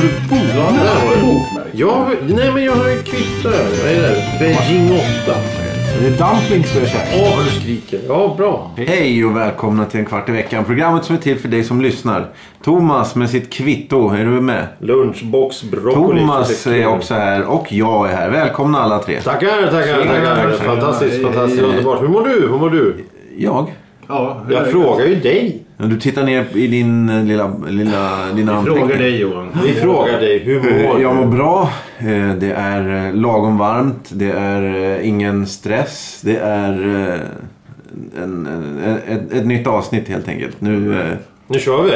Du borde ha nästa år. Jag har, nej men jag har ju kvitto här. Vad är det? Beijing 8. Det är dumplings du käkar. Åh, vad du skriker. Ja, bra. Hej och välkomna till en kvart i veckan. Programmet som är till för dig som lyssnar. Thomas med sitt kvitto, är du med? Lunchbox broccoli. Thomas är också här och jag är här. Välkomna alla tre. Tackar, tackar, tackar. Fantastiskt, fantastiskt, underbart. Hur mår du? Hur mår du? Jag? Ja, det Jag är- frågar ju dig. Du tittar ner i din eh, lilla, lilla dina Frågar anteckningar. dig Johan. Vi frågar dig, hur mår Eh, du? Jag mår bra. Eh, Det är eh, lagom varmt. Det är eh, ingen stress. Det är eh, en, en, ett, ett nytt avsnitt helt enkelt. Nu eh, Nu kör vi.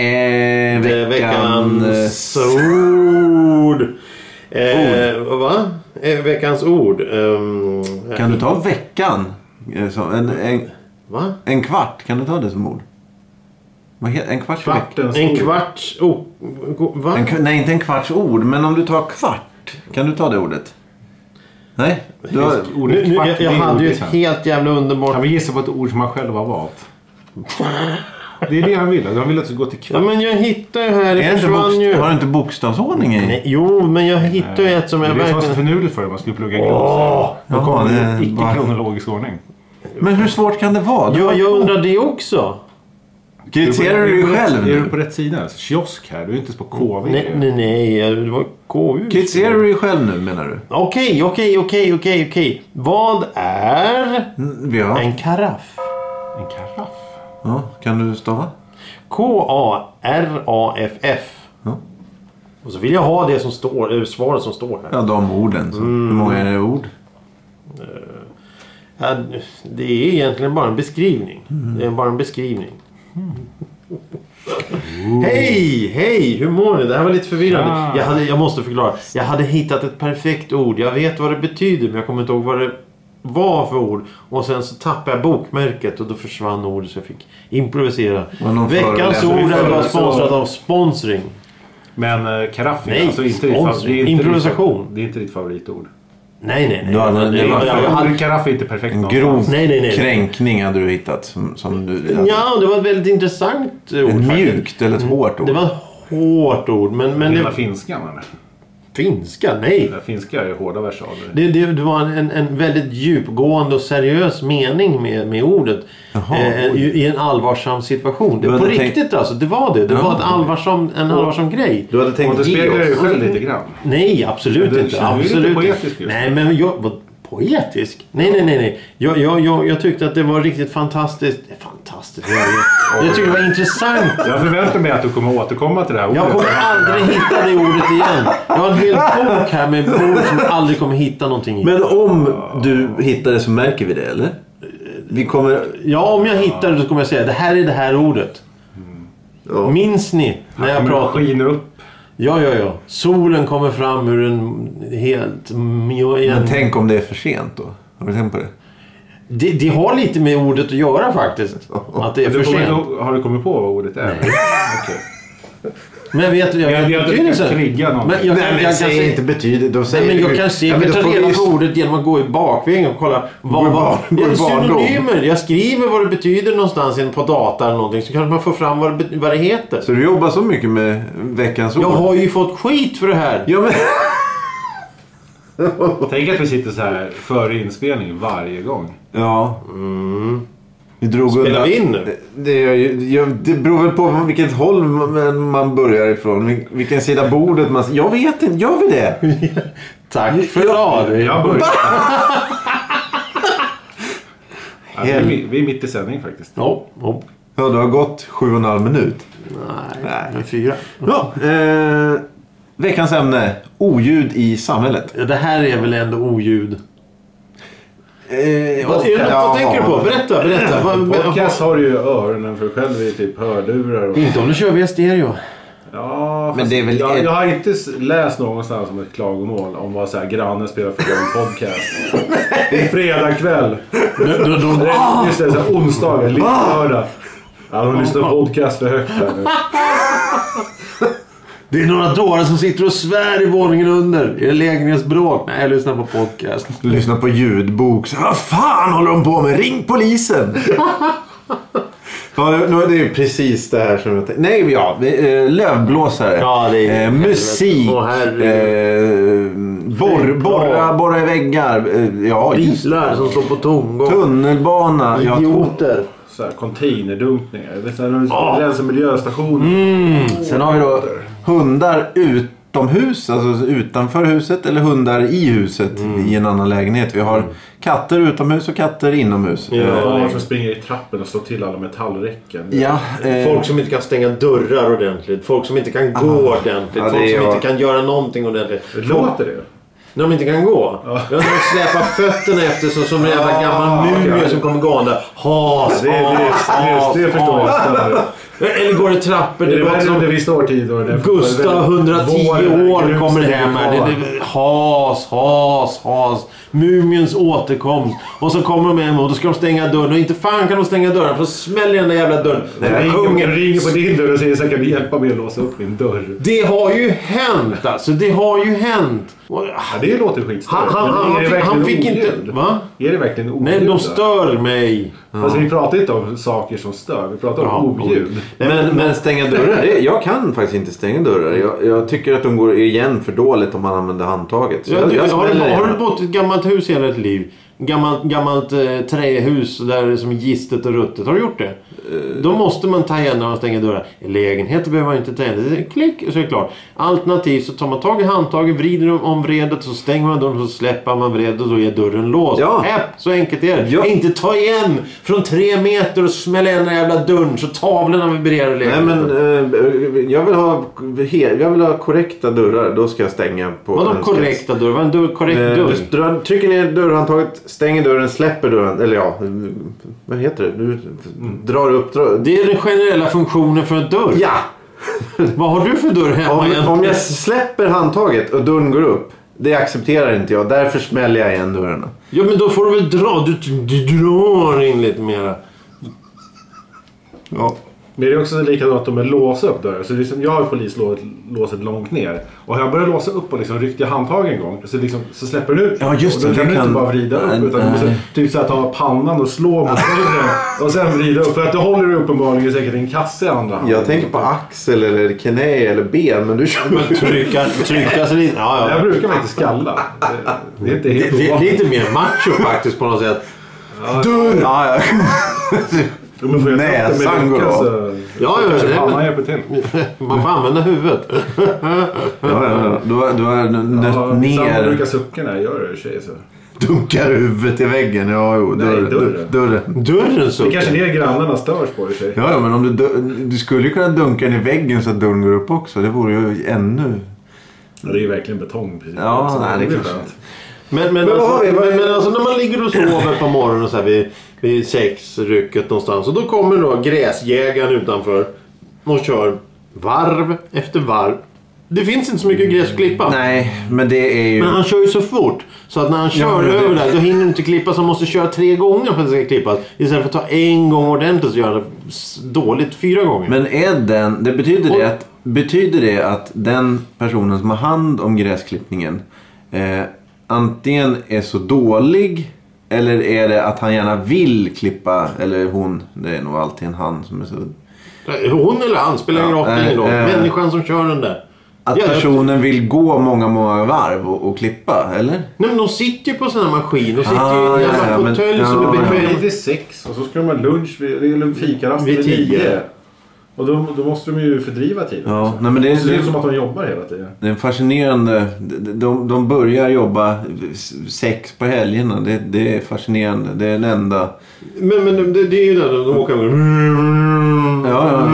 är Det är veckan... eh, veckans ord. Eh, va? Eh, veckans ord. Ehm, eh, Kan du ta veckan? eh, som- En, en, Va? en kvart, kan du ta det som ord? Vad heter, en kvarts vecka? Kvartens En ord. kvarts... Oh, va? En, kv- nej, inte en kvarts ord, men om du tar kvart. Kan du ta det ordet? Nej? Du har, Nu, Ordet nu, kvart, jag, det jag är hade ju ordet ett sen. helt jävla Kan underbart... vi gissa på ett ord som han själv har valt? Det är det han ville. Han ville att det ska gå till Ja, kvart. men jag hittade ju här. är Det det inte försvann ju. bokst- har du inte bokstavsordning i? Nej, Jo, men jag hittade ju ett som Det jag är det som var så verkligen... finurligt för man skulle plugga glosor. Då Jaha, kom det är det i bara- icke-kronologisk ordning. Men hur svårt kan det vara? Du Ja, har- jag undrar det också. Kritiserar Är du på dig rätt- själv Är du nu? på rätt sida? ens? Kiosk här. Du är inte ens på KV. Nej, ju. nej, nej. Det var KU. Kritiserar du dig själv nu menar du? Okej, okej, okej, okej, okej. Vad är Mm, Vi har, en karaff? En karaff. ja, kan du stava? K-A-R-A-F-F. Ja. Och så vill jag ha det som står, eller svaret som står här. Ja, de orden. Så. Mm. Hur många är det ord? Ja, Det är egentligen bara en beskrivning. Det är bara en beskrivning. Mm. Hej, hej! Hur mår ni? Det här var lite förvirrande. Tja. Jag, hade, jag måste förklara. Jag hade hittat ett perfekt ord. Jag vet vad det betyder men jag kommer inte ihåg vad det var för ord. Och sen så tappade jag bokmärket och då försvann ordet så jag fick improvisera. Var någon Veckans förolämpning? ord är bara Förolämpning. sponsrat av sponsring. Men eh, karaff är Nej, alltså inte ditt sponsor. favorit- det är inte Improvisation. ditt- Det är inte ditt favoritord. Nej, nej, nej. Du hade- det var Jag- jag- jag hade- Ordet karaff är inte perfekt En någonstans. grov Nej, nej, nej. kränkning hade du hittat. Som, som du, Ja, det var ett väldigt intressant ord. ett faktiskt. mjukt eller ett hårt ord. Det var ett hårt ord, men, men Men det, finskan eller? finska, nej. Ja, Finska är ju hårda versaler. Det, det, det var en, en väldigt djupgående och seriös mening med, med ordet. Jaha, eh, i, I en allvarsam situation. Det, Du på hade riktigt alltså, det var det. Det var Jaha. ett allvarsam, en allvarsam grej. Du hade Och det tänkt ge speglar dig oss. själv lite grann. Nej, absolut Du- du inte. är lite Absolut inte. poetisk just. Nej, men jag... Vad, poetisk? Nej, nej, nej. nej. Jag, jag, jag, jag tyckte att det var riktigt fantastiskt. Fantastiskt? vad är det? Jag tyckte det var intressant. Jag förväntar mig att du kommer återkomma till det här ordet. Jag kommer aldrig hitta det ordet igen. Jag har en hel bok här med ord som jag aldrig kommer hitta någonting i. Men om du hittar det så märker vi det, eller? Vi kommer... Ja, om jag hittar det så kommer jag säga det här är det här ordet. Ja. Minns ni när jag Men pratar? Skina upp. Ja, ja, ja. Solen kommer fram ur en helt... Men Men tänk om det är för sent då? Har du tänkt på det? det, det har lite med ordet att göra faktiskt. Att det är för Du kommer, sent. ihåg- har du kommit på vad ordet är? Okej. Men vet du, Jag- jag jag- vet jag betydelsen. triggar någonting. Men jag, kan- jag, kan se- betydligt. Då Nej, säger men du- jag kan se, Ja, men jag då tar får vi reda ju- på ordet genom att gå i bakvägen och kolla vad, i vad, bar- det går är i barndom. synonymer. Jag skriver vad det betyder någonstans i- på data eller någonting så kanske man får fram vad det, bet- vad det heter. Så du jobbar så mycket med veckans ord? Jag har ju fått skit för det här. Ja, men... Tänk att vi sitter så här före inspelning varje gång. Ja. Mm. Vi drog Spelar undan- vi in nu? Det, gör ju- jag- det beror väl på vilket håll man, man börjar ifrån. Vil- Vilken sida bordet man... Jag vet inte. Gör vi det? Tack för idag. Jag börjar. Ja, vi, är mi- vi är mitt i sändning faktiskt. Ja, ja. Ja, det har gått sju och en halv minut. Nej, det är fyra. Ja, eh, veckans ämne. Oljud i samhället. Ja, Det här är väl ändå oljud? Eh, Vad, är det något, ja. vad tänker du på? Berätta, berätta. Vad- vad- Podcast har du ju i öronen för själv i typ hörlurar och... Inte om du kör via stereo. Ja, Men fast det är väl jag, ett- jag har inte s- läst någonstans om ett klagomål om vad så här, grannen spelar för en podcast. Det är fredag kväll. Då- då- då- Nej, Just det, så här, Ah! onsdagar, lite lördag. Ja, de lyssnar på podcast för högt här nu. Det är några dårar som sitter och svär i våningen under. Är det lägenhetsbråk? Nej, jag lyssnar på podcast. Lyssna på ljudbok. Så, Vad fan håller de på med? Ring polisen! Ja, det, nu är det ju precis det här som jag tänkte. Nej, ja. eh, Lövblåsare. Ja, det är- eh, musik. Åh, eh, borr, borra, borra i väggar. Eh, ja, just Bilar som står på tomgång. Tunnelbana. Ja, två. Idioter. Så här containerdunkningar. Det är så här när Ah! du rensar miljöstationer. Mm. Sen har vi då hundar utomhus, alltså utanför huset. Eller hundar i huset Mm. i en annan lägenhet. Vi har katter utomhus och katter inomhus. Ja. Eh, Barn som springer i trappen och slår till alla metallräcken. ja eh, Folk som inte kan stänga dörrar ordentligt. Folk som inte kan gå ordentligt. Ja, det folk är som jag. inte kan göra någonting ordentligt. Det Folk, låter det. när de inte kan gå. Ja. De släpar fötterna efter sig som en jävla gammal okej. mumie som kommer gående. Has, Det, det, det, has, det, det, has, förstår jag. has. större. Eller går i trappor. Det Ah! Det är låter värre som under vissa årtionden. Gustav 110 år kommer hem här. Det Det, är has, has, has. Mumiens återkomst. Och så kommer de hem och då ska de stänga dörren. Och inte fan kan de stänga dörren för då smäller den där jävla dörren. Det, det, ringer, kungen, ringer på din dörr och säger så här, kan du hjälpa mig att låsa upp min dörr. det har ju hänt alltså. Det har ju hänt. Och, ah, Ja, det låter skitstörigt. Han, han, men han, är det fick, han verkligen fick oljud? inte... Va? Är det verkligen oljud? Nej, de då? stör mig. Alltså, vi pratar inte om saker som stör. Vi pratar om Ja, oljud. Nej, men, men stänga dörrar, det, jag kan faktiskt inte stänga dörrar. Jag, jag tycker att de går igen för dåligt om man använder handtaget. Så Ja, jag, du, jag har, smäller du, har du gärna. bott i ett gammalt hus hela ditt liv? Gammalt, gammalt eh, trähus där det är som gistet och ruttet. Har du gjort det? Eh. Då måste man ta igen när man stänger dörrar. I lägenheter behöver man inte ta igen. Det är Klick så är det klart. Alternativt så tar man tag i handtaget, vrider om- om vredet så stänger man dörren så släpper man vredet och då är dörren låst. Ja. Häpp, så enkelt är det. Ja. Inte ta igen från tre meter och smälla igen den där jävla dörren så tavlorna vibrerar i Nej, lägenheten. men eh, jag, vill ha, he- jag vill ha korrekta dörrar. Då ska jag stänga på Vadå önskat. korrekta dörrar? Vad är en dörr- korrekt Eh, dörr? Du drar, trycker ner dörrhandtaget, stänger dörren, släpper dörren. Eller ja, eh, vad heter det? Du drar upp... Drar, Det är den generella funktionen för en dörr. ja! Vad har du för dörr hemma Om, egentligen? om jag släpper handtaget och dörren går upp. Det accepterar inte jag. Därför smäller jag igen dörrarna. Ja men då får du väl dra. Du, du drar in lite mera. Ja. Men det är också likadant med låsa upp dörrar. Så liksom jag har ju polislåset låset långt ner. Och har jag börjat låsa upp och liksom ryckt i handtaget en gång så, liksom, så släpper den ut. Ja, just och det, då kan det du inte kan- bara vrida upp. Nej, utan du måste nej. typ så här, ta pannan och slå mot dörren. och sen vrida upp. För att du håller du uppenbarligen säkert en kasse i andra handen. Jag tänker på axel eller knä eller ben, men du kör... Trycka, trycka sig lite. Ja, Jag ja. brukar faktiskt skalla. Det, det är inte Det, helt det är ovanligt. lite mer macho faktiskt på något sätt. Dörr! Ja, ja. Jo, men får jag ta upp det med Näsan går luckan av. så... Ja, ja, Kanske det- pannan hjälper till. Man får använda huvudet. ja, ja. Du har, du har nött Ja, Samma brukar ner, sucka när jag gör det i och för sig. Så. dunkar huvudet i väggen. Ja, jo. Nej, Dörr, dörren. dörren. dörren. Dörren så. Det kanske är det grannarna störs på i och för sig. Ja, ja, men om du, dö- du skulle ju kunna dunka den i väggen så att dörren går upp också. Det vore ju ännu... Ja, Det är ju verkligen betong precis. Ja, Så nej, det blir kanske- skönt. Men, men, vad alltså, har vi? Vad är- men, men alltså när man ligger och sover på morgonen och så här vid, vid sexrycket någonstans. Och då kommer då gräsjägaren utanför och kör varv efter varv. Det finns inte så mycket gräs att klippa. Nej, men det är ju... Men han kör ju så fort. Så att när han kör men det- över där då hinner du inte klippa. Så han måste köra tre gånger för att det ska klippas. Istället för att ta en gång ordentligt så gör han det s- dåligt fyra gånger. Men är den... Det betyder, Och- det, att, betyder det att den personen som har hand om gräsklippningen eh, antingen är så dålig eller är det att han gärna vill klippa, eller hon, det är nog alltid en han som är så... Eh, Hon eller han spelar ingen Ja, roll. ingen eh, roll. eh. Människan som kör den där. Att Ja, jag- personen vill gå många, många varv och, och klippa, eller? Nej, men de sitter ju på sån här maskin. De sitter Ah, ju i en ja, jävla ja, men- fåtölj som ja, är ja. Man är bekväm. vid sex och så ska de ha lunch vid, eller fikarast Vid vid tio. tio. Och då, då måste de ju fördriva tiden. Ja, också. nej, men det Så det är är, som att de jobbar hela tiden. det är fascinerande. De- De, de börjar jobba sex på helgerna. Det, det är fascinerande. Det är den enda... Men, men det, det är ju det. De åker med. Ja, ja.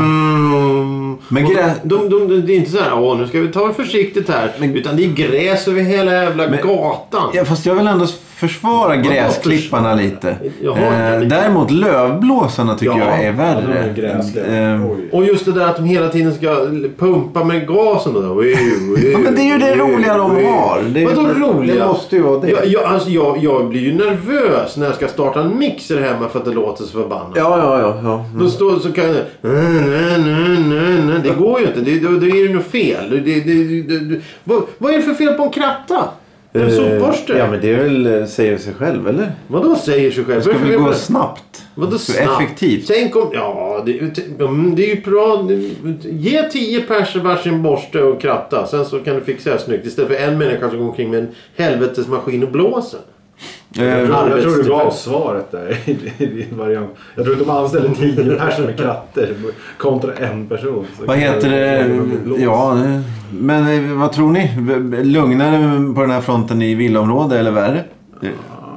Men Och grä- de, de, de, det är inte så här, åh nu ska vi ta det försiktigt här. utan det är gräs över hela jävla gatan. Ja, fast jag vill ändå försvara gräsklipparna lite. Jag har inte Eh, lika- däremot lövblåsarna Ja, tycker jag är de värre. är gräsliga. Eh, Oj. Och just det där att de hela tiden ska pumpa med gasen. Och där. Ja, men det är ju det roliga de har. Det är- Vadå roliga? Det måste ju vara det. Jag, jag, alltså, jag, jag blir ju nervös när jag ska starta en mixer hemma för att det låter så förbannat. Ja, ja, ja. ja. Då står så kan jag... Det går ju inte. Det, då, då är det något fel. Det, det, det, det, det. Vad, vad är det för fel på en kratta? En sopborste? Eh, Ja, men det är väl, eh, säger sig själv, eller? Vadå säger sig själv? Det ska Vad är det väl för gå fel på- snabbt? Vadå Så snabbt? Effektivt. Tänk om... Ja, det, är ju t- mm, det är ju bra. Ge tio pers varsin borste och kratta. Sen så kan du fixa det här snyggt. Istället för en människa som går omkring med en helvetesmaskin och blåser. Jag Eh, tror, jag tror du Arbetstillfälle. gav svaret där i din variant. Jag tror inte de anställer tio personer med kratter kontra en person. Så vad heter det? Ja, det- men eh, vad tror ni? V- v- Lugnare på den här fronten i villaområdet eller värre? Det-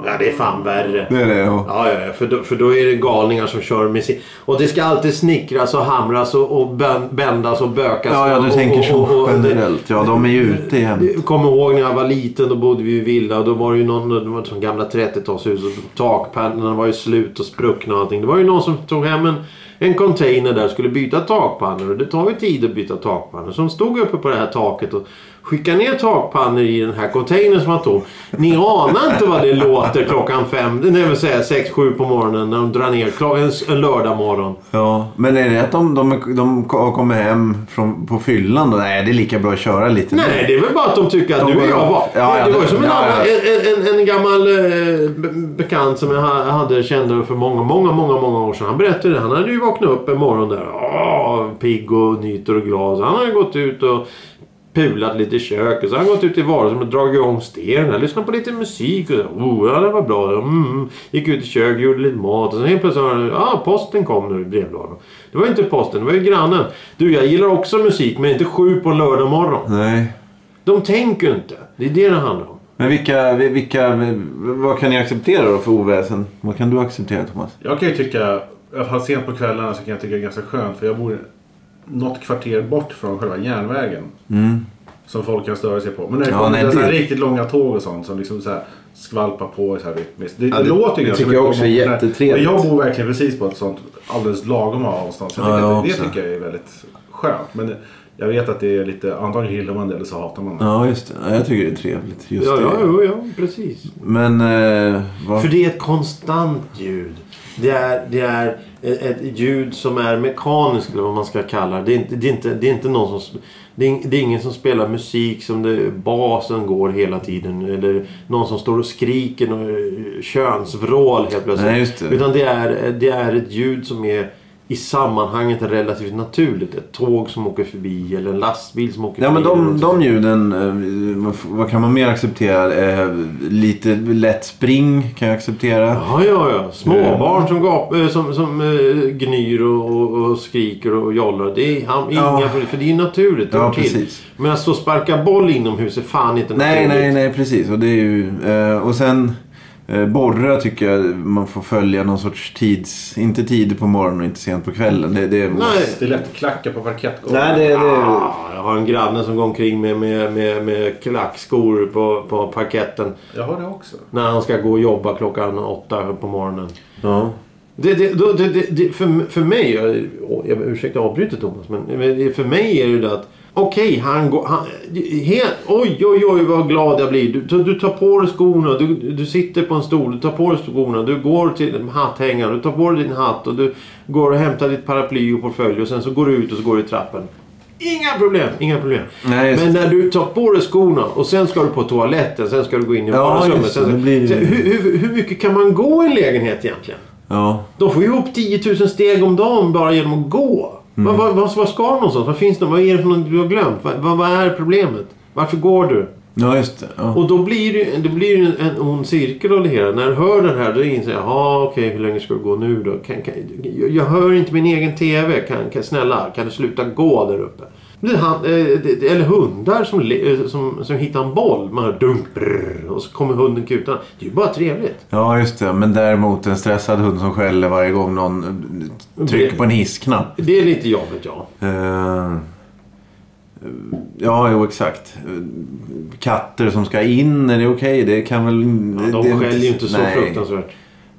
Ja, det är fan värre. Det är det. Och, Ja, ja, ja för, då, för då är det galningar som kör med sin... Och det ska alltid snickras och hamras och, och bän- bändas och bökas. ja, ja, du och, tänker och, och, så och, generellt. Ja, de är ju ute igen. Jag kommer ihåg när jag var liten, då bodde vi i villa. Då var det ju någon, det var ett sånt gamla 30-talshus och takpannorna var ju slut och spruckna och allting. Det var ju någon som tog hem en, en container där och skulle byta takpannor. Och det tar ju tid att byta takpannor. Så de stod uppe på det här taket och skickade ner takpannor i den här containern som var tom. Ni anar inte vad det låter klockan fem, nej vill säga sex, sju på morgonen när de drar ner klockan, en, en lördag morgon. Ja, men är det att de, de, de har kommit hem från, på fyllan då? Nej, det är lika bra att köra lite. Nej, det är väl bara att de tycker att De du och går jag upp. var... Ja, det, ja, det var ju det- som en, ja, annan, ja. En, en, en gammal eh, be- bekant som jag ha- hade kände för många, många, många, många år sedan. Han berättade det. Han hade ju vaknat upp en morgon där. Åh, pigg och nyter och glad. Så han hade gått ut och pulat lite i köket. Så han gått ut i vardagsrummet och dragit igång stenen. Lyssnat på lite musik. Och, så, oh, ja, det var bra. Mm. Gick ut i köket, gjorde lite mat. Och sen helt plötsligt hörde han, ah, posten kom nu i brevlådan. Det var ju inte posten, det var ju grannen. Du, jag gillar också musik men inte sju på lördag morgon. Nej. De tänker ju inte. Det är det det handlar om. Men vilka, vilka, vad kan ni acceptera då för oväsen? Vad kan du acceptera Thomas? Jag kan ju tycka, i alla fall sent på kvällarna så kan jag tycka det är ganska skönt för jag bor något kvarter bort från själva järnvägen. Som folk kan störa sig på. Men när det Mm. Ja, kommer nej, till så här det- riktigt långa tåg och sånt som liksom så här skvalpar på så här rytmiskt. Det, det, det- låter ju det ganska tycker mycket jag också om- är jättetrevligt. Och jag bor verkligen precis på ett sånt alldeles lagom avstånd. Så jag Ja, tycker jag att det, det också. tycker jag är väldigt skönt. Men jag vet att det är lite, antagligen gillar man det eller så hatar man det. Ja, just det. Ja, jag tycker det är trevligt. Just Ja, det. ja, ja, ja, precis. Men eh, vad... För det är ett konstant ljud. Det är, det är ett ett ljud som är mekaniskt eller vad man ska kalla det. Det är inte, det är inte, det är inte någon som... Det är, det är ingen som spelar musik som det, basen går hela tiden. Eller någon som står och skriker och eh, könsvrål helt plötsligt. Nej, just det. Utan det är, det är ett ljud som är i sammanhanget relativt naturligt. Ett tåg som åker förbi eller en lastbil som åker Ja, förbi. men eller de, något de ljuden, eh, vad, vad kan man mer acceptera? Eh, lite lätt spring kan jag acceptera. Ja, ja, ja. Småbarn som, gap, eh, som, som eh, gnyr och, och, och skriker och jollar. Det är han, Ja. inga problem, för det är ju naturligt. det Ja, hör till. precis. Men att stå och sparka boll inomhus är fan inte Nej, naturligt. nej, nej, precis. Och, det är ju, eh, och sen eh, borra tycker jag man får följa någon sorts tids... Inte tid på morgonen och inte sent på kvällen. Det, det är... nej. Det är lätt att klacka på parkettgolvet. Nej, det, det... Ah, jag har en granne som går omkring med, med, med, med klackskor på, på parketten Jag har det också. när han ska gå och jobba klockan åtta på morgonen. Ja. Det, det, då- det, det, det, för, för mig, jag, åh, jag ursäkta jag avbryter Thomas, men men det- för mig är det ju det att okej, han går... Han, helt, oj, oj, oj vad glad jag blir. Du, du tar på dig skorna, du, du sitter på en stol, du tar på dig skorna, du går till hatthängaren, du tar på dig din hatt och du går och hämtar ditt paraply och portfölj och sen så går du ut och så går du i trappen. Inga problem, inga problem. Nej, just men när du tar på dig skorna och sen ska du på toaletten, sen ska du gå in i Ja, vardagsrummet. just det, sen- det blir ju- sen- hur, hur, hur mycket kan man gå i en lägenhet egentligen? ja. De får ju ihop 10 000 steg om dagen bara genom att gå. Mm. Vad, vad, vad, vad ska de någonstans? Vad finns det? Vad är det för något du har glömt? Vad, vad, vad är problemet? Varför går du? Ja, just det. Ja. Och då blir det, ju- det blir ju en ond cirkel av det hela. När jag hör den här då inser jag, jaha okej hur länge ska du gå nu då? Kan, kan, jag, jag hör inte min egen TV. Kan, kan, snälla, kan du sluta gå där uppe? Det, han, eh, det, det- eller hundar som, le- eh, som, som hittar en boll. Man hör dunk, brrr, och så kommer hunden kutan. Det är ju bara trevligt. Ja, just det. Men däremot en stressad hund som skäller varje gång någon eh, trycker på en hissknapp. Det är lite jobbigt ja. Eh, Ja, jo exakt. Eh, Katter som ska in, är det okej? Det kan väl... Ja, det- de skäller ju inte så Nej. fruktansvärt.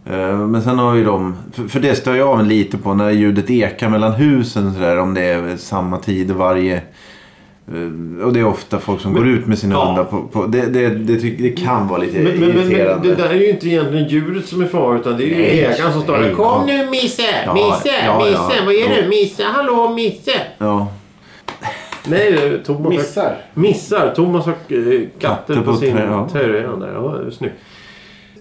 Eh, Men sen har ju de, för, för det stör jag mig lite på när ljudet ekar mellan husen sådär om det är samma tid varje... eh, Och det är ofta folk som går ut med sina ja. hundar på... på det, det, det, tycker- det kan vara lite Men, men, men, men irriterande. det där är ju inte egentligen djuret som är farligt utan det är ju Nej. ägaren som står där. Nej. Kom nu Misse! Ja, Misse! ja, ja. Misse! Vad är Jo. du? Misse! Hallå Misse! Ja, Nej, det är Thomas Missar. Missar. Thomas har eh, katter, Katter på, på sin trä- ja. terräng där. Ja, det är snyggt.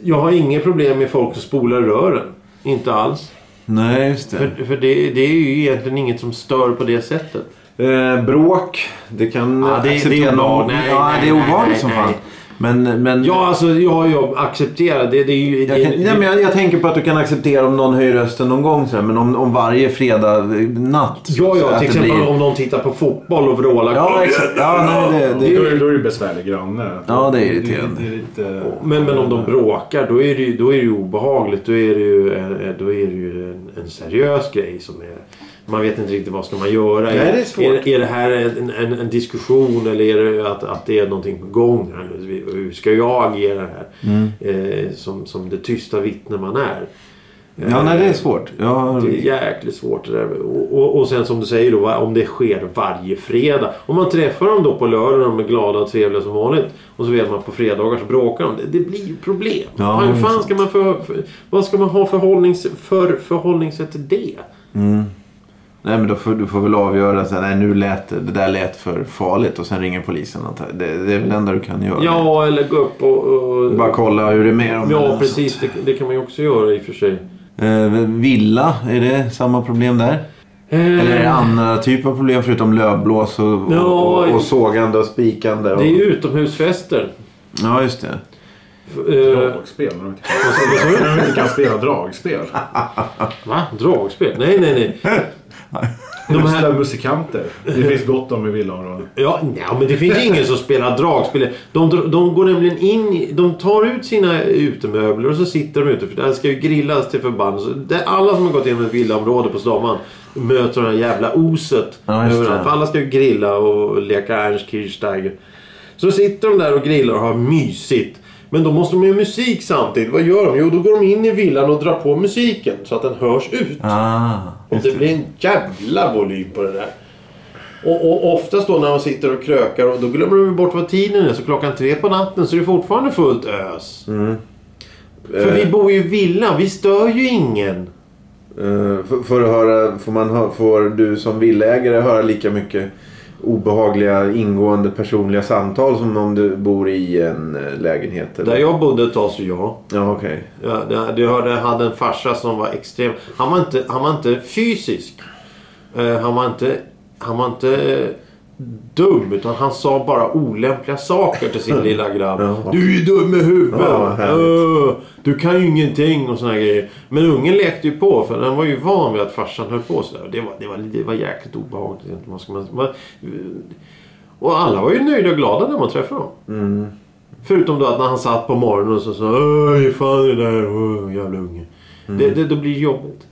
Jag har inga problem med folk som spolar rören. Inte alls. nej just det. För, för det, det är ju egentligen inget som stör på det sättet. Eh, bråk, det kan... Ja, det- acceptera det är någon- ovanligt. Nej, Ja, nej, det är nej, ovanligt nej, som nej. fan. Men, men, Ja, alltså jag, jag accepterar det. det, är ju, Jag, det, kan, nej, men jag, jag tänker på att du kan acceptera om någon höjer rösten någon gång. Så här, men om, om varje fredag eh, natt. Ja, så ja, att till det exempel blir- om någon tittar på fotboll och vrålar. Ja, exakt. Ja, nej, det, Då det, är, då är det besvärlig granne. Ja, det är irriterande. Det är lite... Men, men om de bråkar då är det ju, då är det ju obehagligt. Då är det ju, eh, då är det ju en, en seriös grej som är... Man vet inte riktigt vad ska man göra. Nej, det är svårt. Är, är det här en, en, en diskussion eller är det att, att det är någonting på gång? här nu? Vi- Hur ska jag agera här? Eh, som, som det tysta vittne man är. ja, Eh, nej, det är svårt. Ja, Det är jäkligt svårt det där. Och, och, och sen som du säger då, va- om det sker varje fredag. Om man träffar dem då på lördag och de är glada och trevliga som vanligt. Och så vet man att på fredagar så bråkar de. Det, det blir ju problem. Ja, Hur det är fan sant. ska man för, för, vad ska man ha förhållnings, för förhållningssätt till det? nej, men då får, du får väl avgöra. Så här, nej, nu lät det, det där lät för farligt. Och sen ringer polisen. antar jag. Det, det är väl det enda du kan göra. Ja, eller gå upp och... och Bara kolla hur det är med dem. ja, precis. Det, det kan man ju också göra i och för sig. Eh, villa, är det samma problem där? Eh. Eller är det andra typer av problem förutom lövblås och, och, Ja, och, och sågande och spikande? Och, Det är ju utomhusfester. Ja, just det. Eh, Dragspel. När de inte kan- när de inte kan spela dragspel. va? Dragspel? Nej, nej, nej. De här, Usla musikanter. Det finns gott om i villaområden. Ja, nej, men det finns ju ingen som spelar dragspel. De, dr- de går nämligen in, i- de tar ut sina utemöbler och så sitter de ute. För det här ska ju grillas till förbannelse. Det- Alla som har gått igenom ett villaområde på Staman möter det här jävla oset. Ja, just det. överallt. För alla ska ju grilla och leka Ernst Kirchsteiger. Så sitter de där och grillar och har mysigt. Men då måste de ju ha musik samtidigt. Vad gör de? Jo, då går de in i villan och drar på musiken så att den hörs ut. Ah, Och det blir en jävla volym på det där. Och, och oftast då när de sitter och krökar och då glömmer de bort vad tiden är. Så klockan tre på natten så är det fortfarande fullt ös. För vi bor ju i villa, vi stör ju ingen. Eh, f- Får, du höra, får, man, hö- får du som villägare höra lika mycket obehagliga ingående personliga samtal som om du bor i en eh, lägenhet? Eller? Där jag bodde ett tag så ja. Ja, okej. Jag, jag, jag hörde, jag hade en farsa som var extrem. Han var inte, han var inte fysisk. Eh, han, var inte, han var inte eh, dum utan han sa bara olämpliga saker till sin lilla grabb. Ja. Du är ju dum i huvudet. Ja, vad härligt. Öh, du kan ju ingenting och såna här grejer. Men ungen lekte ju på för den var ju van vid att farsan höll på sådär. Det var, det var, det var jäkligt obehagligt. egentligen. Vad ska man- vad- Och alla var ju nöjda och glada när man träffade dem. Mm. Förutom då att när han satt på morgonen och så sa Öj, fan det där, öh, jävla unge. Mm. Det, det, då blir det jobbigt.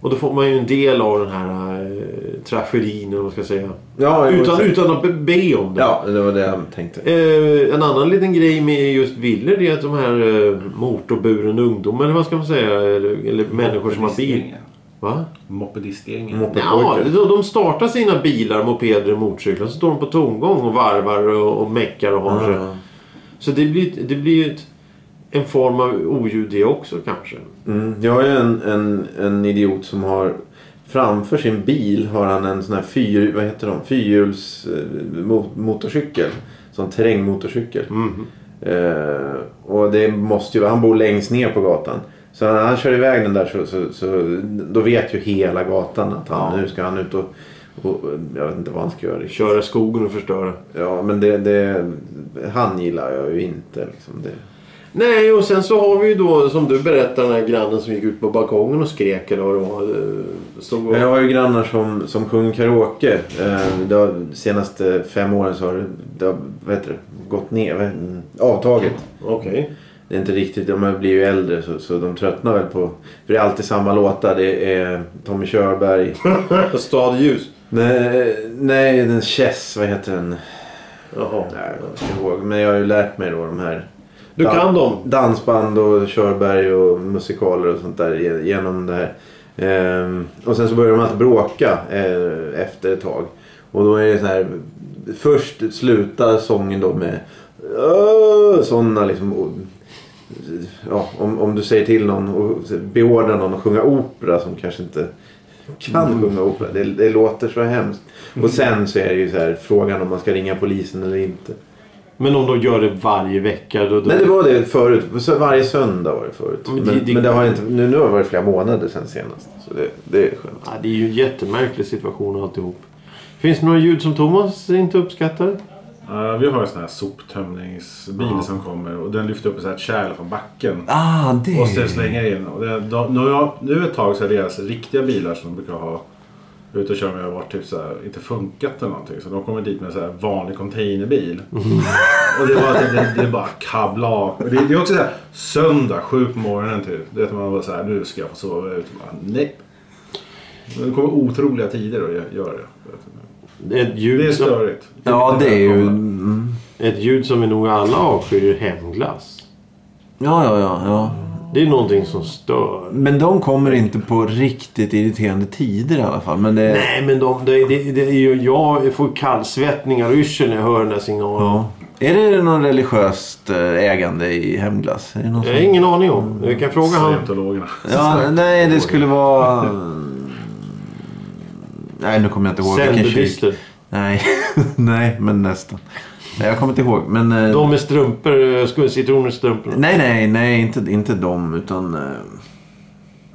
Och då får man ju en del av den här eh, tragedin, eller vad man ska säga. Ja, jo, utan, exakt. utan att be, be om det. Ja, det var det jag tänkte. Eh, en annan liten grej med just villor det är att de här eh, motorburen ungdomar, eller vad ska man säga, eller, eller människor som har bil. Va? Mopedistgängen. Ja, de de startar sina bilar, mopeder och motorcyklar. Så står de på tomgång och varvar och, och meckar och har sig. Mm. Så det blir, det blir ju ett, en form av oljud det också kanske. Mm. Jag har ju en, en, en idiot som har framför sin bil har han en sån här fyr, vad heter de? fyrhjuls eh, mo- motorcykel. Sån terrängmotorcykel. Eh, och det måste ju, han bor längst ner på gatan. Så när han kör iväg den där så, så, så då vet ju hela gatan att han, nu ska han ut och, och jag vet inte vad han ska göra. riktigt. Köra skogen och förstöra. Ja men det, det, han gillar jag ju inte. Liksom det. Nej, och sen så har vi ju då som du berättade den här grannen som gick ut på balkongen och skrek eller vad det var. eh, Stod och... Jag har ju grannar som, som sjunger karaoke. Eh, det har, de senaste fem åren så har det, det har, vad heter det, gått ner. vad heter det? Avtaget. Okej. Det är inte riktigt, de har blivit ju äldre så, så de tröttnar väl på... För det är alltid samma låtar. Det är Tommy Körberg, Stad i ljus. Nej, nej, den Chess, vad heter den? Jaha. Nej, jag kommer inte ihåg. Men jag har ju lärt mig då de här. Du kan dem. Dansband och körberg och musikaler och sånt där ge- genom det här. Ehm, och sen så börjar de alltid bråka eh, efter ett tag. Och då är det så här. Först slutar sången då med "Åh", sådana liksom. Och, ja, om, om du säger till någon och beordrar någon att sjunga opera som kanske inte kan sjunga opera. Det, det låter så hemskt. Och sen så är det ju så här frågan om man ska ringa polisen eller inte. Men om de gör det varje vecka då... då Nej, det var det förut. Så Varje söndag var det förut. Men Men, det- men, det- det, har inte, nu, nu har det varit flera månader sen senast. Så det, det är skönt. Ja, det är ju en jättemärklig situation alltihop. Finns det några ljud som Thomas inte uppskattar? Eh, vi har en sån här soptömningsbil som kommer och den lyfter upp ett sånt här kärl från backen. Ah, det... Och sen slänger in. Och det, de, nu, har- nu ett tag så har deras riktiga bilar som de brukar ha ute och köra med har varit typ så här, inte funkat eller någonting. Så de kommer dit med en så här vanlig containerbil. Mm. Och det var typ, det, det bara kabla av. Och det, det är också så här söndag, sju på morgonen typ. Det vet man var så här, nu ska jag få sova ute. Bara, Nej. Men Det kommer otroliga tider och gö- gör det. Ett Det är ljud, som, störigt. Ja, det är ju... välkomna. Mm. ett ljud som vi nog alla avskyr är hemglass. Ja, ja, ja, ja. Det är någonting som stör. Men de kommer inte på riktigt irriterande tider i alla fall. Men det... Nej men de, det, det, det är ju, jag får kallsvettningar och yrsel när jag hör den här signalen. Ja. Är det någon religiöst eh, ägande i Hemglass? Är det någon Jag har ingen aning om. Vi kan Mm. fråga han. Scientologerna. Ja, nej, det skulle vara... Nej, nu kommer jag inte ihåg vilken kyrka. Zen-buddister. Nej, nej, men nästan. Nej, jag kommer inte ihåg. Men, eh, De med strumpor, eh, sku- citroner i strumporna. Nej, nej, nej, inte, inte dem, utan... eh,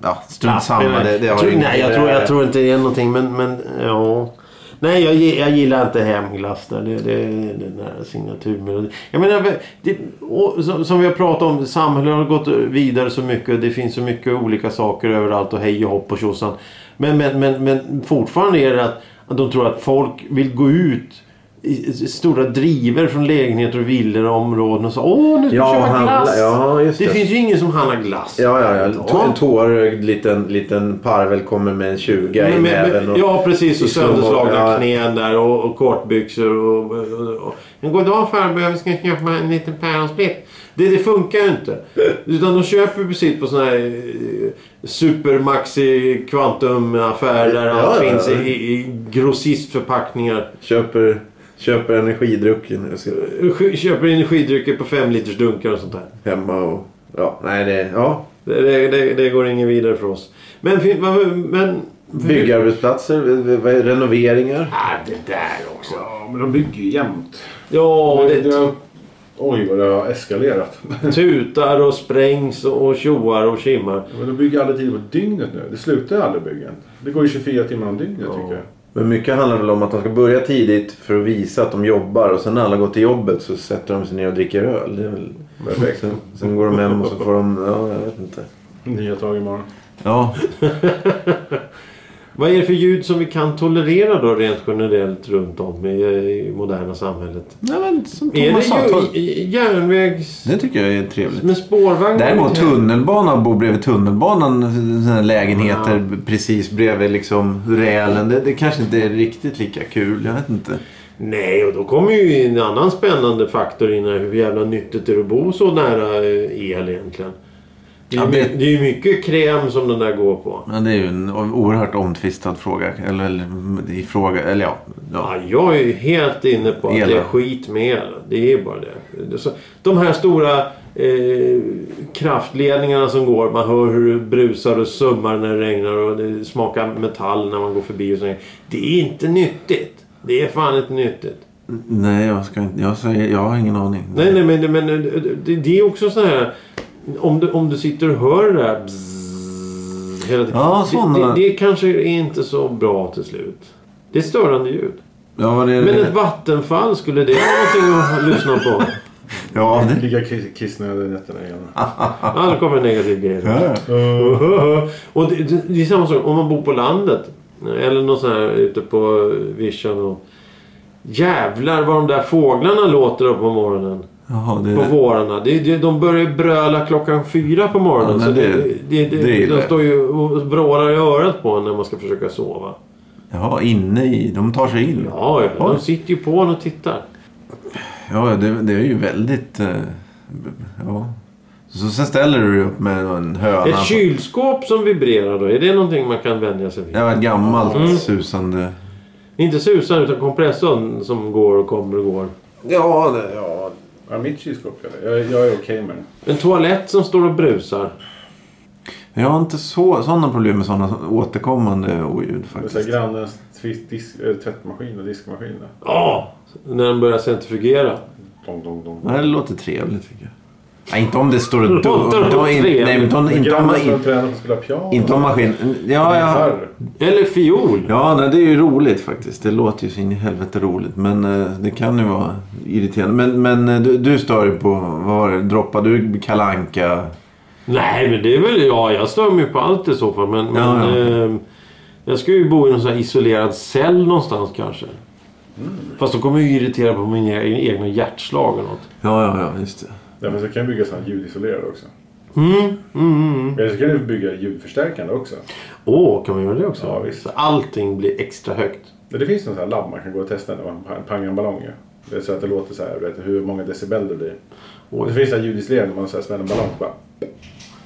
Ja, strunt Typ samma. Nej, Det, det har tror, inget- Typ- nej, jag tror, jag tror inte det är någonting men, men ja. Nej, jag, gi- jag gillar inte hemglass där. Det, det, den där signaturmelodin. Jag menar, det, och, som, som vi har pratat om, samhället har gått vidare så mycket. Det finns så mycket olika saker överallt och hej och hopp och tjosan. Men, men, men, men fortfarande är det att, att de tror att folk vill gå ut i i stora driver från lägenheter och villor och områden och så. Åh, nu ska Ja, vi köpa handla- glass! ja, just det det. finns ju ingen som handlar glass. Ja, ja, ja. Tå- En tårögd liten, liten parvel kommer med en 20 i Men- men- näven. Och... ja, precis. Och i slowmo- sönderslagna ja. knän där och, och kortbyxor. Och, och, och. Men goddag farbror, vi ska köpa en liten päronsplitt. Det, det funkar ju inte. Utan de köper ju precis på såna här eh, supermaxi kvantumaffärer där Ja, allt ja, finns i, ja. i grossistförpackningar. Köper, köper energidrycken och sitter Sk- Köper energidrycker på 5 liters dunkar och sånt där. hemma och... Ja, nej, det... Ja. Det, det, det, det går ingen vidare för oss. Men... fin- vad- men Byggarbetsplatser, v- v- renoveringar. Ah, det där också. Ja, men de bygger ju jämt. Ja, det... Oj, vad det har eskalerat. Tutar och sprängs och tjoar och kimmar. Men de bygger aldrig tid på dygnet nu. Det slutar ju aldrig byggen. Det går ju 24 timmar om dygnet tycker jag. Men mycket handlar väl om att de ska börja tidigt för att visa att de jobbar och sen när alla går till jobbet så sätter de sig ner och dricker öl. Det är väl perfekt. Sen, sen går de hem och så får de... Ja, jag vet inte. Nya tag imorgon. Ja, Vad är det för ljud som vi kan tolerera då rent generellt runt om i, i moderna samhället? nej, men som Är Thomas sa. Mm. det tol- ju i- i- järnvägs... Det tycker jag är trevligt. Med spårvagn? Däremot tunnelbanan, att bo bredvid tunnelbanan, såna här lägenheter precis bredvid liksom rälen. Det, det kanske inte är riktigt lika kul, jag vet inte. Nej, och då kommer ju en annan spännande faktor in här. Hur jävla nyttigt är det att bo så nära eh, el egentligen? Det är Ja, ju det- my- det är ju mycket kräm som den där går på. Men det är ju en o- oerhört omtvistad fråga. Eller, eller mm, i fråga, eller ja. Ja, ja. jag är ju helt inne på att El. det är skit med el. Det är bara det. Det är så- De här stora eh, kraftledningarna som går. Man hör hur det brusar och summar när det regnar och det smakar metall när man går förbi. Och så. Det är inte nyttigt. Det är fan inte nyttigt. Nej, jag ska inte. Jag, säger, jag har ingen aning. Nej, nej, men, men det, det är också så här. Om du, om du sitter och hör det här bzzz, hela tiden. Ja, det, sådana. det, det kanske är inte så bra till slut. Det är störande ljud. Ja, vad är det? Men ett vattenfall, skulle det vara någonting att lyssna på? ja, det... Ligga kiss- kissnödig nätterna igen. Ah. Ja, det kommer en negativ grej. Ja. Och det, det, det är samma sak om man bor på landet. Eller någon sån här ute på vischan och... Jävlar vad de där fåglarna låter då på morgonen. Jaha, det På är... vårarna. Det, det, de börjar ju bröla klockan fyra på morgonen. Ja, men så det- det, det, det, det gillar de jag. står ju och vrålar i örat på en när man ska försöka sova. Jaha, inne i. De tar sig in. Ja, ja. De sitter ju på honom och tittar. Ja, det, det är ju väldigt... eh, Ja. Så sen ställer du dig upp med en höna. Ett kylskåp som vibrerar då, är det någonting man kan vänja sig vid? Det var ett gammalt Mm. susande... Inte susan utan kompressorn som går och kommer och går. Ja, det, ja. Ja, mitt kylskåp är det. Jag, jag är okej med det. En toalett som står och brusar. Jag har inte så, sådana problem med sådana återkommande Det oljud är så här faktiskt. grannens tvis- disk, eh, tvättmaskin och diskmaskin. där. Ja! När den börjar centrifugera. Dong, dong, dong. Det här låter trevligt tycker jag. Nej, inte om det står och dunk. Låter Nej, trevligt. men inte om- Men inte om Grannen som ma- tränade på att spela piano. inte om maskin... Ja, ja. Gitarr. Eller fiol. Ja, nej, det är ju roligt faktiskt. Det låter ju så in i helvete roligt. Men eh, det kan ju vara irriterande. Men, men eh, du, du stör dig på... Vad var det? Droppade du kalanka Nej men det är väl... Ja, jag stör mig på allt i så fall. Men, men Ja, ja. ehm, jag ska ju bo i någon sån här isolerad cell någonstans kanske. Fast då kommer jag ju irritera på mina e- egna hjärtslag och något. Ja, ja, ja, just det. Ja, men så kan du bygga sådana ljudisolerade också. Mm, mm, mm. mm. Eller så kan du bygga ljudförstärkande också. Åh, kan man göra det också? Ja, visst. Så allting blir extra högt. Men Det finns någon sån här labb man kan gå och testa när man pa- pangar en ballong. ju. Det är så att det låter så här, vet du, hur många decibel det blir. Oj. Det finns så här ljudisolerande när man så här smäller en ballong. Bara,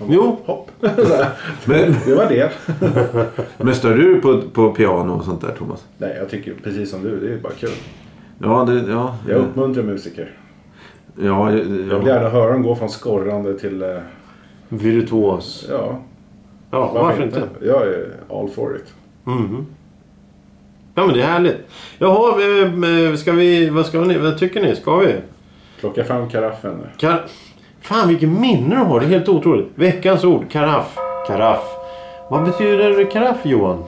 Jo, hopp! Så här. Men, det var det. men stör du på, på piano och sånt där, Thomas? Nej, jag tycker precis som du, det är bara kul. Ja, det... Ja. Jag Mm. uppmuntrar musiker. Ja, ja, Jag vill ja. gärna höra dem gå från skorrande till, eh, virtuos. ja, Ja, varför, inte? Jag är all for it. Mhm. Ja, men det är härligt. Jaha, ehm, eh, ska vi, vad, ska ni, vad tycker ni? Ska vi? Plocka fram karaffen nu. Kar... Fan, vilken minne du har. Det är helt otroligt. Veckans ord, karaff. Karaff. Vad betyder karaff, Johan?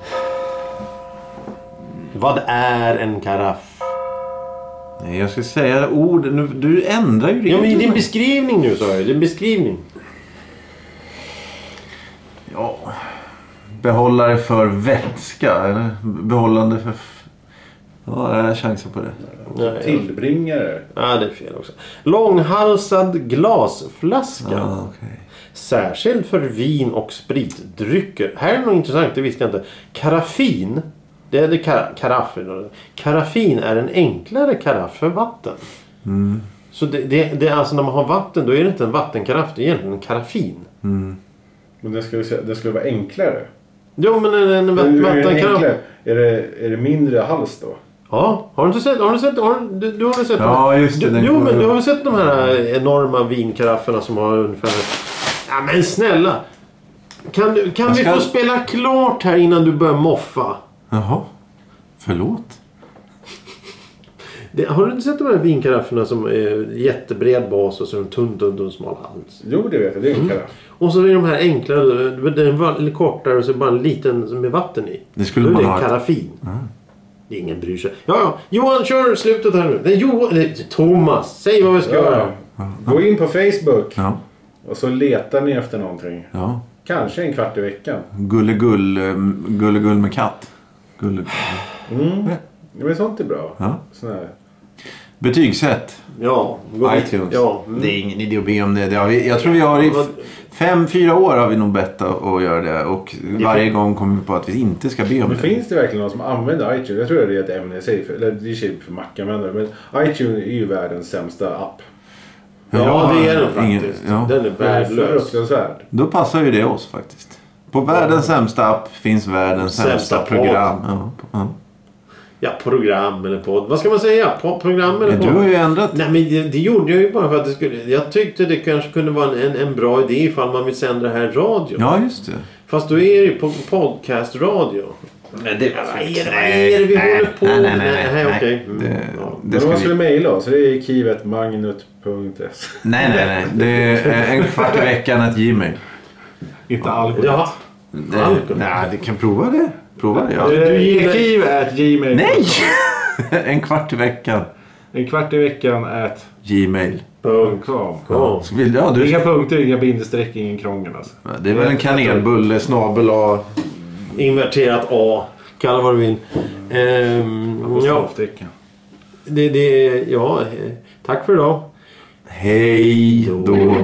Vad är en karaff? Nej, jag ska säga ord. Nu, du ändrar ju Ja, men i din reglerna. beskrivning nu, sa jag. Din beskrivning. Ja. Behållare för vätska. Eller behållande för... f- Ja, jag chansar på det. Nej, Tillbringare. Ja, det är fel också. Långhalsad glasflaska. Ah, okej. Särskilt för vin och spritdrycker. Här är något intressant, det visste jag inte. Karaffin. Det är det kar- karaff. Karaffin är en enklare karaff för vatten. Mm. Så det, det, det är alltså när man har vatten då är det inte en vattenkaraff, det är egentligen en karaffin. Men det skulle, det skulle vara enklare. Jo men en, en Hur- vatt- hur är, det vattenkaraff. enklare? är, det, är det mindre hals då? Ja, har du inte sett? Har du sett? Har du, du har väl sett? Ja, just det, Du, den jo, kommer men du upp. har väl sett de här enorma vinkarafferna som har ungefär... Ja, men snälla! Kan, du- kan Jag vi ska- få spela klart här innan du börjar moffa? Jaha. Förlåt? Det, har du inte sett de här vinkarafferna som är jättebred bas och så är de tunn, tunn, tunn, smal hals? Jo, det vet jag. Det är en Mm. karaff. Och så är de här enklare. Den är bara lite kortare och så är det bara en liten med vatten i. Det skulle Då är man det ha en ett- Ah. karaffin. Det är Ingen bryr sig. Ja, ja. Johan, kör slutet här nu. Nej, Johan, nej, Thomas, säg vad vi ska göra. Ja. Gå in på Facebook Ja. och så letar ni efter någonting. Ja. Kanske en kvart i veckan. Gullegull. eh, Gullegull med katt. Gulle... Ja, Men sånt är bra. Ja. Sån här. Betygsätt. Ja, gå vid- iTunes. Ja. Det är ingen idé att be om det. det har vi, jag tror vi har i f- fem, fyra år har vi nog bett att att göra det. Och varje gång kommer vi på att vi inte ska be om Men det. finns det verkligen någon som använder iTunes? Jag tror det är ett ämne i sig. För, eller det är i sig för Mac-användare. Men iTunes är ju världens sämsta app. ja, det är den ingen- faktiskt. ja. Den är Den är värdelös. fruktansvärd. Då passar ju det oss faktiskt. På världens sämsta app finns världens sämsta, Sämsta program. Ja, ja. Ja, program eller podd. Vad ska man säga? Po- program eller Men du podd? har ju ändrat. Nej, men det, det gjorde jag ju bara för att det skulle... Jag tyckte det kanske kunde vara en, en, en bra idé ifall man vill sända det här i radio. Ja, just det. Fast då är det ju på podcastradio. Men det... Vad är det, vad är det vi håller på med? nej, nej, nej, nej. okej. Mm, Det, ja. Men det om ska man vi... skulle mejla oss. Det är kivetmagnet.se. Nej, nej, nej. Det är eh, en kvart i veckan att Gmail. Inte alkohol. Jaha. Det, nej, du kan prova det. Prova det, ja. Du gillar kiv at gmail. Nej! En kvart i veckan. En kvart i veckan at Gmail. Punkt. .com. Ja. Så vill, ja, du, Inga punkter, inga bindestreck, ingen krångel alltså. det är väl en kanelbulle snabel A. Inverterat A. Kalla vad du vill. Ehm, ja, Apostroftecken. det, det, ja, eh, tack för idag. Hej då.